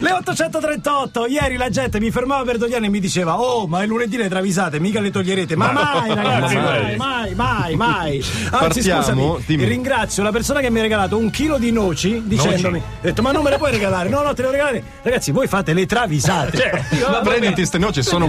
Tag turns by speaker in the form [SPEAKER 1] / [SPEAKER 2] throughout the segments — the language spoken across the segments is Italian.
[SPEAKER 1] Le 838, ieri la gente mi fermava per Dogliani e mi diceva Oh, ma è lunedì le travisate, mica le toglierete Ma mai ragazzi,
[SPEAKER 2] Ma
[SPEAKER 1] mai, mai,
[SPEAKER 2] mai.
[SPEAKER 1] mai, mai Anzi
[SPEAKER 3] Partiamo,
[SPEAKER 1] scusami,
[SPEAKER 3] dimmi.
[SPEAKER 1] ringrazio la persona che mi ha regalato un chilo di noci Dicendomi, ho detto ma non me le puoi regalare No, no, te le regalare Ragazzi, voi fate le travisate
[SPEAKER 3] Ma prenditi queste noci, sono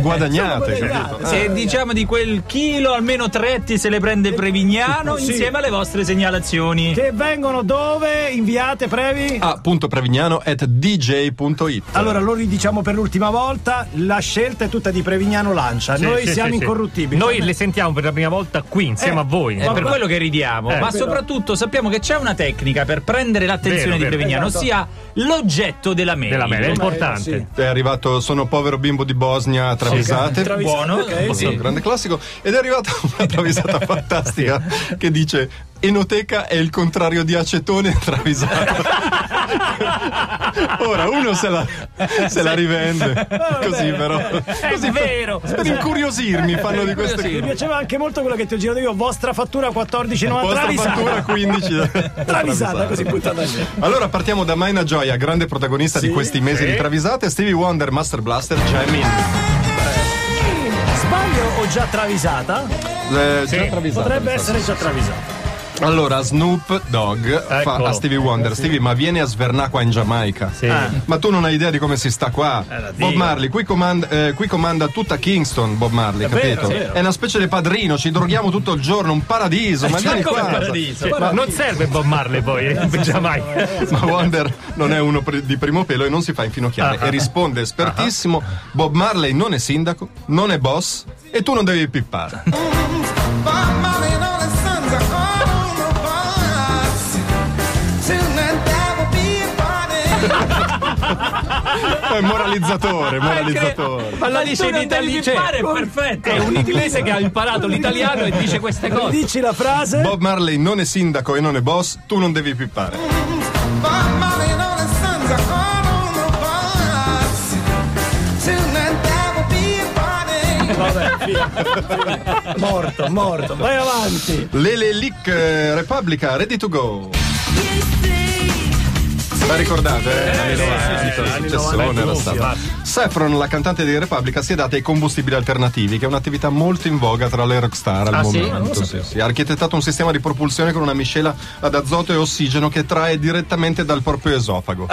[SPEAKER 1] Sono
[SPEAKER 3] guadagnate. capito? Eh.
[SPEAKER 1] guadagnate.
[SPEAKER 2] Eh.
[SPEAKER 4] Se diciamo di quel chilo, almeno tre ti se le prende Prevignano
[SPEAKER 1] Sì.
[SPEAKER 4] insieme alle vostre segnalazioni.
[SPEAKER 1] Che vengono dove? Inviate, previ?
[SPEAKER 3] A punto Prevignano at dj.it.
[SPEAKER 1] Allora lo ridiciamo per l'ultima volta La scelta è tutta di Prevignano Lancia Noi
[SPEAKER 2] sì,
[SPEAKER 1] siamo
[SPEAKER 2] sì, sì.
[SPEAKER 1] incorruttibili
[SPEAKER 2] Noi le sentiamo per la prima volta qui insieme
[SPEAKER 1] Eh,
[SPEAKER 2] a voi.
[SPEAKER 4] È per quello che ridiamo,
[SPEAKER 2] Eh,
[SPEAKER 4] ma
[SPEAKER 1] però-
[SPEAKER 4] soprattutto sappiamo che c'è una tecnica per prendere l'attenzione
[SPEAKER 2] Vero,
[SPEAKER 4] di
[SPEAKER 2] vero.
[SPEAKER 4] Prevignano,
[SPEAKER 1] Esatto.
[SPEAKER 4] ossia l'oggetto della mail.
[SPEAKER 2] Della mail, è
[SPEAKER 1] sì.
[SPEAKER 2] importante.
[SPEAKER 3] È arrivato Sono povero bimbo di Bosnia, travisate.
[SPEAKER 1] Travisate, Eh,
[SPEAKER 4] Buono,
[SPEAKER 1] ok,
[SPEAKER 3] Sì, un grande classico. Ed è arrivata una travisata fantastica che dice Enoteca è il contrario di acetone travisato. Ora uno se la, se la rivende. Così però.
[SPEAKER 1] Eh,
[SPEAKER 4] È vero.
[SPEAKER 3] Per incuriosirmi fanno di
[SPEAKER 1] Mi
[SPEAKER 3] queste
[SPEAKER 1] piaceva anche molto quello che ti ho girato io, vostra fattura 14,90
[SPEAKER 3] Vostra fattura
[SPEAKER 1] travisata.
[SPEAKER 3] 15
[SPEAKER 1] Travisata, così buttata lì.
[SPEAKER 3] Allora partiamo da Maina Gioia, grande protagonista di questi mesi di travisate, Stevie Wonder, Master Blaster, Jamming.
[SPEAKER 1] Sbaglio o già travisata?
[SPEAKER 3] Eh, già travisata,
[SPEAKER 1] Potrebbe
[SPEAKER 3] mi sa.
[SPEAKER 1] essere già travisata.
[SPEAKER 3] Allora Snoop Dogg fa
[SPEAKER 2] Eccolo.
[SPEAKER 3] a Stevie Wonder, Stevie ma vieni a svernare qua in Giamaica. Ah.
[SPEAKER 2] Sì.
[SPEAKER 3] Ma tu non hai idea di come si sta qua.
[SPEAKER 2] la dico.
[SPEAKER 3] Bob Marley, qui, comand- eh, qui comanda tutta Kingston, Bob Marley,
[SPEAKER 1] vero,
[SPEAKER 3] capito?
[SPEAKER 1] è vero.
[SPEAKER 3] È una specie di padrino, ci droghiamo tutto il giorno, un paradiso, ma vieni
[SPEAKER 4] come
[SPEAKER 3] qua.
[SPEAKER 4] paradiso?
[SPEAKER 2] Ma Cioè, non serve Bob Marley poi, eh, mai.
[SPEAKER 3] Ma Wonder non è uno pre- di primo pelo e non si fa infinocchiare. E risponde espertissimo: Bob Marley non è sindaco, non è boss e tu non devi pippare. È moralizzatore, moralizzatore.
[SPEAKER 4] Eh, Ma lo dice in
[SPEAKER 1] devi
[SPEAKER 4] italiano, cioè,
[SPEAKER 1] fare,
[SPEAKER 4] è perfetto. È un inglese che ha imparato l'italiano e dice queste cose.
[SPEAKER 1] Dici la frase?
[SPEAKER 3] Bob Marley non è sindaco e non è boss, tu non devi pippare.
[SPEAKER 1] Morto, morto. Vai avanti.
[SPEAKER 3] Lele Lick eh, Repubblica, ready to go. La ricordate? Eh, anni 90, successone era stata. Saffron, la cantante di Repubblica, si è data ai combustibili alternativi, che è un'attività molto in voga tra le rockstar al
[SPEAKER 2] Ah, sì? Non
[SPEAKER 3] momento. Sì, sì. Ha architettato un sistema di propulsione con una miscela ad azoto e ossigeno che trae direttamente dal proprio esofago.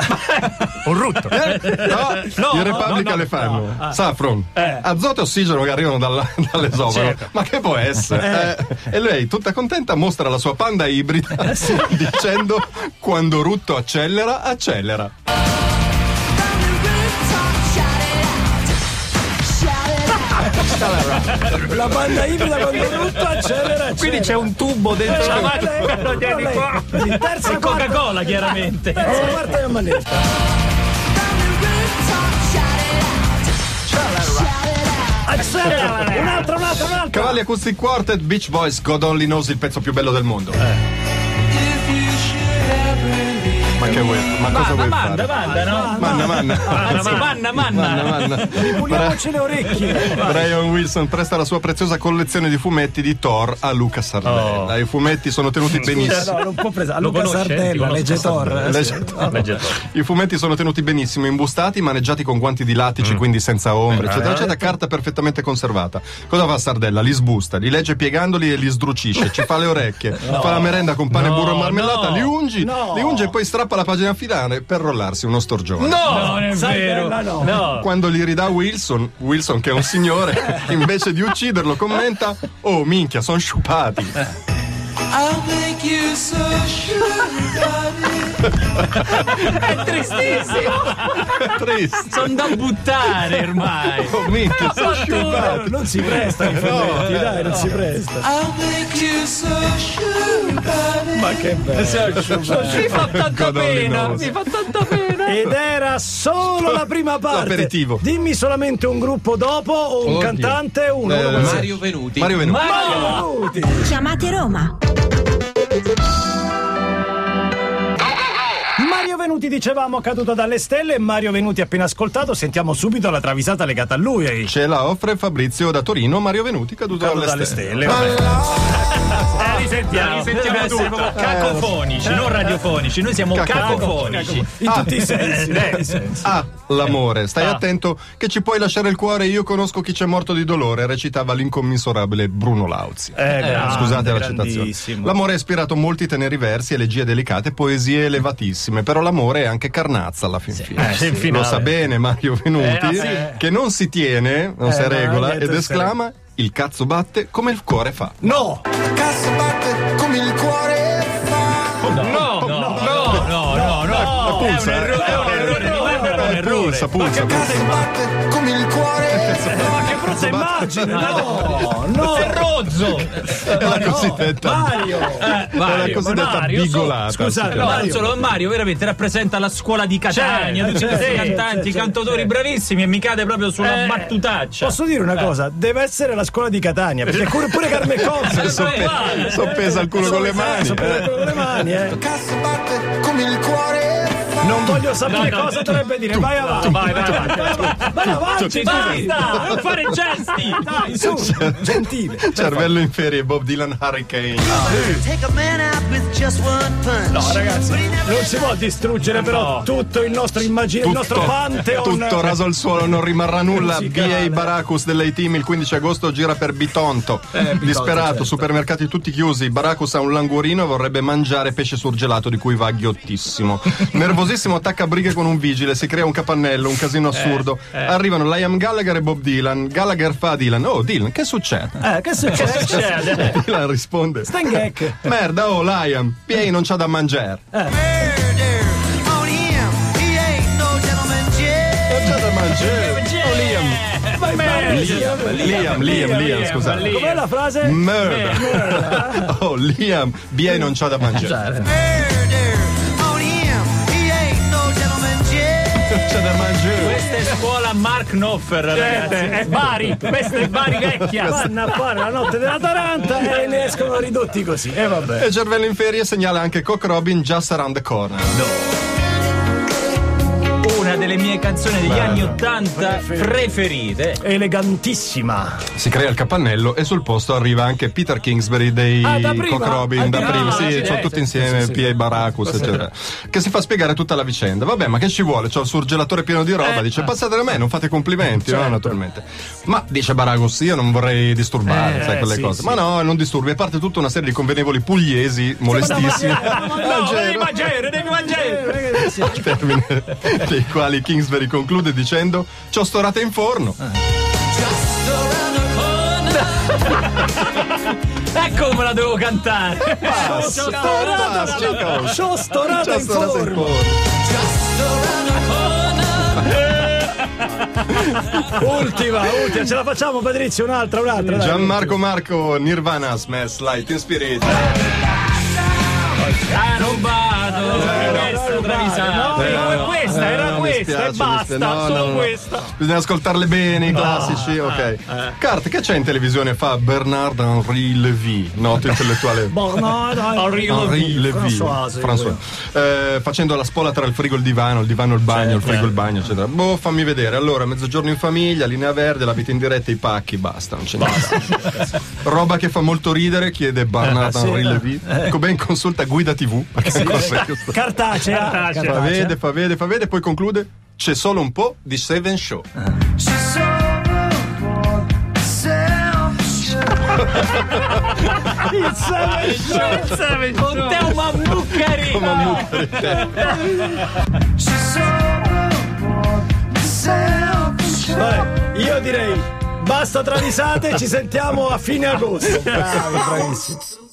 [SPEAKER 2] Un rutto.
[SPEAKER 3] Eh? No, ah. Eh. in Repubblica le fanno. Saffron, azoto e ossigeno che arrivano dalla- dall'esofago. Ma che può essere? Certo. Eh, E lei, tutta contenta, mostra la sua panda ibrida dicendo: Quando Rutto accelera, accelera.
[SPEAKER 1] La banda ibrida con tutto accelera.
[SPEAKER 4] Quindi c'è un tubo dentro la macchina. lo tieni qua.
[SPEAKER 1] Sì, terza quarta-
[SPEAKER 4] E Coca-Cola, chiaramente.
[SPEAKER 1] Terza quarta è a manetta. Accelera. Un'altra, un'altra, un'altra.
[SPEAKER 3] Cavalli Acoustic Quartet, Beach Boys, God Only Knows, il pezzo più bello del mondo. Eh, Ma che vuoi? Ma cosa
[SPEAKER 4] Ma
[SPEAKER 3] vuoi
[SPEAKER 4] manda,
[SPEAKER 3] fare?
[SPEAKER 4] manda, no?
[SPEAKER 3] Manna, manna.
[SPEAKER 4] Anzi, manna, manna.
[SPEAKER 3] Manna, manna.
[SPEAKER 1] Puliamoci le orecchie.
[SPEAKER 3] Brian Wilson presta la sua preziosa collezione di fumetti di Thor a Luca Sardella. I fumetti sono tenuti benissimo.
[SPEAKER 1] No, non può presa. Luca
[SPEAKER 2] conosce? Ti
[SPEAKER 1] Sardella,
[SPEAKER 2] conosco.
[SPEAKER 1] legge
[SPEAKER 4] Eh,
[SPEAKER 1] Thor. eh,
[SPEAKER 3] Legge Thor. I fumetti sono tenuti benissimo, imbustati, maneggiati con guanti di lattice,
[SPEAKER 4] Mm.
[SPEAKER 3] quindi senza
[SPEAKER 4] Eh,
[SPEAKER 3] ombre, eccetera, eccetera. Carta perfettamente conservata. Cosa fa Sardella? Li sbusta, li legge piegandoli e li sdrucisce, ci fa le orecchie, fa la merenda con pane, burro e marmellata,
[SPEAKER 4] no,
[SPEAKER 3] li ungi,
[SPEAKER 1] no.
[SPEAKER 3] li unge e poi strappa la pagina finale per rollarsi uno storgione.
[SPEAKER 4] No, non è vero.
[SPEAKER 1] Sardella no.
[SPEAKER 3] Quando li ridà Wilson, Wilson che è un signore, invece di ucciderlo commenta: Oh minchia, sono sciupati.
[SPEAKER 4] Eh. È tristissimo.
[SPEAKER 3] Triste.
[SPEAKER 4] Sono da buttare ormai.
[SPEAKER 3] Oh minchia, sono
[SPEAKER 4] Fatto
[SPEAKER 3] sciupati.
[SPEAKER 1] Non si presta i fumetti, dai, non si presta. Ma che bello.
[SPEAKER 4] Mi fa
[SPEAKER 3] Ecco,
[SPEAKER 4] tanta
[SPEAKER 3] God only
[SPEAKER 4] pena.
[SPEAKER 3] knows.
[SPEAKER 4] Mi fa tanta pena.
[SPEAKER 1] Ed era solo la prima parte.
[SPEAKER 3] L'aperitivo.
[SPEAKER 1] Dimmi solamente un gruppo dopo o un
[SPEAKER 3] Oddio.
[SPEAKER 1] cantante uno.
[SPEAKER 3] Eh,
[SPEAKER 1] uno qualsiasi.
[SPEAKER 5] Mario Venuti.
[SPEAKER 3] Mario Venuti.
[SPEAKER 1] Mario Venuti.
[SPEAKER 6] Chiamate Roma.
[SPEAKER 1] Mario Venuti dicevamo caduto dalle stelle, Mario Venuti appena ascoltato, sentiamo subito la travisata legata a lui. eh.
[SPEAKER 3] Ce la offre Fabrizio da Torino, Mario Venuti, caduto,
[SPEAKER 1] Caduto dalle stelle, vabbè.
[SPEAKER 4] Eh, risentiamo,
[SPEAKER 2] risentiamo
[SPEAKER 4] Deve essere
[SPEAKER 2] tutta.
[SPEAKER 4] proprio cacofonici, non radiofonici. Noi siamo cacofonici.
[SPEAKER 1] Ecco, In tutti i sensi. in
[SPEAKER 2] eh,
[SPEAKER 1] tutti i sensi.
[SPEAKER 3] Ah, l'amore, stai
[SPEAKER 2] Ah.
[SPEAKER 3] attento che ci puoi lasciare il cuore, io conosco chi c'è morto di dolore, recitava l'incommensurabile Bruno Lauzi.
[SPEAKER 1] Eh, grande,
[SPEAKER 3] Scusate la citazione.
[SPEAKER 1] grandissimo.
[SPEAKER 3] L'amore ha ispirato molti teneri versi, elegie delicate, poesie elevatissime, però l'amore è anche carnazza alla fin fine.
[SPEAKER 2] eh, sì, in
[SPEAKER 3] Lo
[SPEAKER 2] finale.
[SPEAKER 3] sa bene Mario Venuti,
[SPEAKER 2] Eh, ah, sì.
[SPEAKER 3] che non si tiene, non
[SPEAKER 1] Eh,
[SPEAKER 3] si
[SPEAKER 1] no,
[SPEAKER 3] regola
[SPEAKER 1] niente,
[SPEAKER 3] ed
[SPEAKER 1] sì.
[SPEAKER 3] esclama il cazzo batte come il cuore fa.
[SPEAKER 1] No!
[SPEAKER 5] cazzo batte come il cuore fa
[SPEAKER 4] No, no, no, no, no, no. È un
[SPEAKER 3] Pulsa, eh.
[SPEAKER 4] errore, è un errore. di guarda, è un
[SPEAKER 3] Eh,
[SPEAKER 4] errore.
[SPEAKER 3] pulsa, pulsa, pulsa.
[SPEAKER 5] cazzo batte come il cuore fa
[SPEAKER 1] Ma che brutta immagine! No!
[SPEAKER 4] No,
[SPEAKER 1] No!
[SPEAKER 4] è rozzo.
[SPEAKER 3] È la cosiddetta
[SPEAKER 1] Mario!
[SPEAKER 3] È la
[SPEAKER 4] Mario,
[SPEAKER 3] cosiddetta
[SPEAKER 4] Mario, so-
[SPEAKER 3] bigolata.
[SPEAKER 1] scusate,
[SPEAKER 3] si
[SPEAKER 4] No,
[SPEAKER 3] chiama.
[SPEAKER 1] Mario.
[SPEAKER 4] non solo Mario veramente rappresenta la scuola di Catania,
[SPEAKER 2] Certo,
[SPEAKER 4] tutti questi
[SPEAKER 1] certo,
[SPEAKER 4] cantanti,
[SPEAKER 1] certo,
[SPEAKER 4] cantautori
[SPEAKER 1] certo.
[SPEAKER 4] bravissimi e mi cade proprio sulla
[SPEAKER 2] Eh,
[SPEAKER 4] battutaccia.
[SPEAKER 1] Posso dire una cosa? Deve essere la scuola di Catania, perché pure, pure Carmen Consa
[SPEAKER 4] Eh,
[SPEAKER 1] so-
[SPEAKER 4] beh, guarda.
[SPEAKER 3] Soppesa al culo con le mani.
[SPEAKER 1] so- eh, pure con le mani, eh.
[SPEAKER 5] cazzo batte come il cuore fa
[SPEAKER 1] Non voglio sapere
[SPEAKER 2] No, no.
[SPEAKER 1] cosa dovrebbe dire, vai avanti.
[SPEAKER 2] Vai, vai, vai.
[SPEAKER 1] Vai avanti, dai,
[SPEAKER 4] Basta, non fare gesti.
[SPEAKER 1] dai, su, gentile.
[SPEAKER 3] Cervello in ferie, Bob Dylan Hurricane.
[SPEAKER 6] Take a man out with just one punch.
[SPEAKER 1] No, ragazzi, non si può distruggere però tutto il nostro immaginario, il nostro pantheon.
[SPEAKER 3] tutto raso al suolo, non rimarrà nulla.
[SPEAKER 1] Musicale.
[SPEAKER 3] B.A. Baracus dell'A-Team il 15 agosto gira per Bitonto. Disperato,
[SPEAKER 1] certo.
[SPEAKER 3] supermercati tutti chiusi. Baracus ha un languorino e vorrebbe mangiare pesce surgelato di cui va ghiottissimo. Nervosissimo attacca brighe con un vigile, si crea un capannello, un casino
[SPEAKER 1] Eh,
[SPEAKER 3] assurdo. Arrivano Liam Gallagher e Bob Dylan. Gallagher fa a Dylan: Oh, Dylan, che succede?
[SPEAKER 1] Eh, che succede?
[SPEAKER 2] Succede.
[SPEAKER 1] eh.
[SPEAKER 3] Dylan risponde:
[SPEAKER 1] Stengek.
[SPEAKER 3] Merda, oh Liam, P.A. non c'ha da mangiare.
[SPEAKER 6] Murder on him. He ain't no gentleman Jay.
[SPEAKER 3] Non c'ha da mangiare.
[SPEAKER 1] Vai, vai, Liam.
[SPEAKER 3] Liam, Liam, Liam, scusate.
[SPEAKER 1] Com'è la frase?
[SPEAKER 3] Merda. Oh, Liam, B.A. non c'ha da mangiare.
[SPEAKER 6] Murder on him. He ain't no gentleman Jay.
[SPEAKER 3] Non c'ha da mangiare.
[SPEAKER 4] Questa è scuola Mark Knopfler, ragazzi.
[SPEAKER 1] Eh,
[SPEAKER 2] È Bari, questa è Bari vecchia.
[SPEAKER 1] Vanno a fare la notte della Taranta e ne escono ridotti così. E Eh, vabbè.
[SPEAKER 3] E Cervello in ferie segnala anche Cock Robin Just Around the Corner.
[SPEAKER 4] Una delle mie canzoni degli
[SPEAKER 3] Bello.
[SPEAKER 4] anni 80 preferite.
[SPEAKER 1] Elegantissima.
[SPEAKER 3] Si crea il capannello e sul posto arriva anche Peter Kingsbury dei
[SPEAKER 1] Ah, da prima?
[SPEAKER 3] Cock Robin. Da
[SPEAKER 1] Ah,
[SPEAKER 3] prima,
[SPEAKER 1] no,
[SPEAKER 3] sì,
[SPEAKER 1] sì,
[SPEAKER 3] sono
[SPEAKER 1] sì,
[SPEAKER 3] tutti
[SPEAKER 1] sì,
[SPEAKER 3] insieme, P.A. Baracus, eccetera. Che si fa spiegare tutta la vicenda. Vabbè, ma che ci vuole? C'ho il surgelatore pieno di
[SPEAKER 1] Eh,
[SPEAKER 3] roba. Dice, passate da me, non fate complimenti,
[SPEAKER 1] Certo.
[SPEAKER 3] no, naturalmente. Ma dice Baracus, io non vorrei disturbare, sai quelle
[SPEAKER 1] Eh, sì,
[SPEAKER 3] cose.
[SPEAKER 1] sì.
[SPEAKER 3] Ma no, non disturbi. A parte tutta una serie di convenevoli pugliesi molestissimi.
[SPEAKER 4] No, devi
[SPEAKER 3] Ruggero.
[SPEAKER 4] mangiare, devi
[SPEAKER 1] Eh,
[SPEAKER 4] mangiare.
[SPEAKER 3] al termine dei quali Kingsbury conclude dicendo ci ho storata in forno
[SPEAKER 4] Ecco come la devo cantare.
[SPEAKER 1] Sono storata,
[SPEAKER 3] Ciao.
[SPEAKER 1] sono
[SPEAKER 3] ci ho
[SPEAKER 1] storata in
[SPEAKER 3] storata in
[SPEAKER 1] forma.
[SPEAKER 3] forno
[SPEAKER 1] Ultima, ultima, ce la facciamo Patrizio, un'altra, un'altra. dai.
[SPEAKER 3] Gianmarco Marco Nirvana Smash Light in Spirit
[SPEAKER 4] Ah, non vado. Questa travisata.
[SPEAKER 2] No, è questa, era
[SPEAKER 3] Eh, mi
[SPEAKER 2] questa
[SPEAKER 3] spiace,
[SPEAKER 2] e
[SPEAKER 3] mi
[SPEAKER 2] basta,
[SPEAKER 3] spiace. No,
[SPEAKER 2] solo
[SPEAKER 3] no, no.
[SPEAKER 2] questa. Eh,
[SPEAKER 3] bisogna ascoltarle bene i classici ok Cart che c'è in televisione fa Bernard Henri Levy noto intellettuale
[SPEAKER 1] Borno, Boh, dai.
[SPEAKER 3] Henri Levy,
[SPEAKER 1] François,
[SPEAKER 3] François. Eh, facendo la spola tra il frigo e il divano, il divano e il bagno,
[SPEAKER 2] Certo,
[SPEAKER 3] il
[SPEAKER 2] eh.
[SPEAKER 3] frigo e il bagno, eccetera. Boh, fammi vedere. Allora, mezzogiorno in famiglia, linea verde, la vita in diretta, i pacchi, basta, non c'è niente. Roba che fa molto ridere, chiede Barnard
[SPEAKER 2] Eh,
[SPEAKER 1] sì.
[SPEAKER 3] Henri Levy. Cobain consulta guida TV, perché ancora questo.
[SPEAKER 1] Cartacea.
[SPEAKER 2] Cartacea.
[SPEAKER 3] Fa vede, fa vede, fa vede, poi conclude. C'è solo un po' di Seven Show.
[SPEAKER 6] She's so bored, self-sure.
[SPEAKER 4] Con te un mammuccarino.
[SPEAKER 6] She's so bored, self-sure.
[SPEAKER 1] Vabbè, io direi basta travisate, ci sentiamo a fine agosto. Bravi, bravissimi.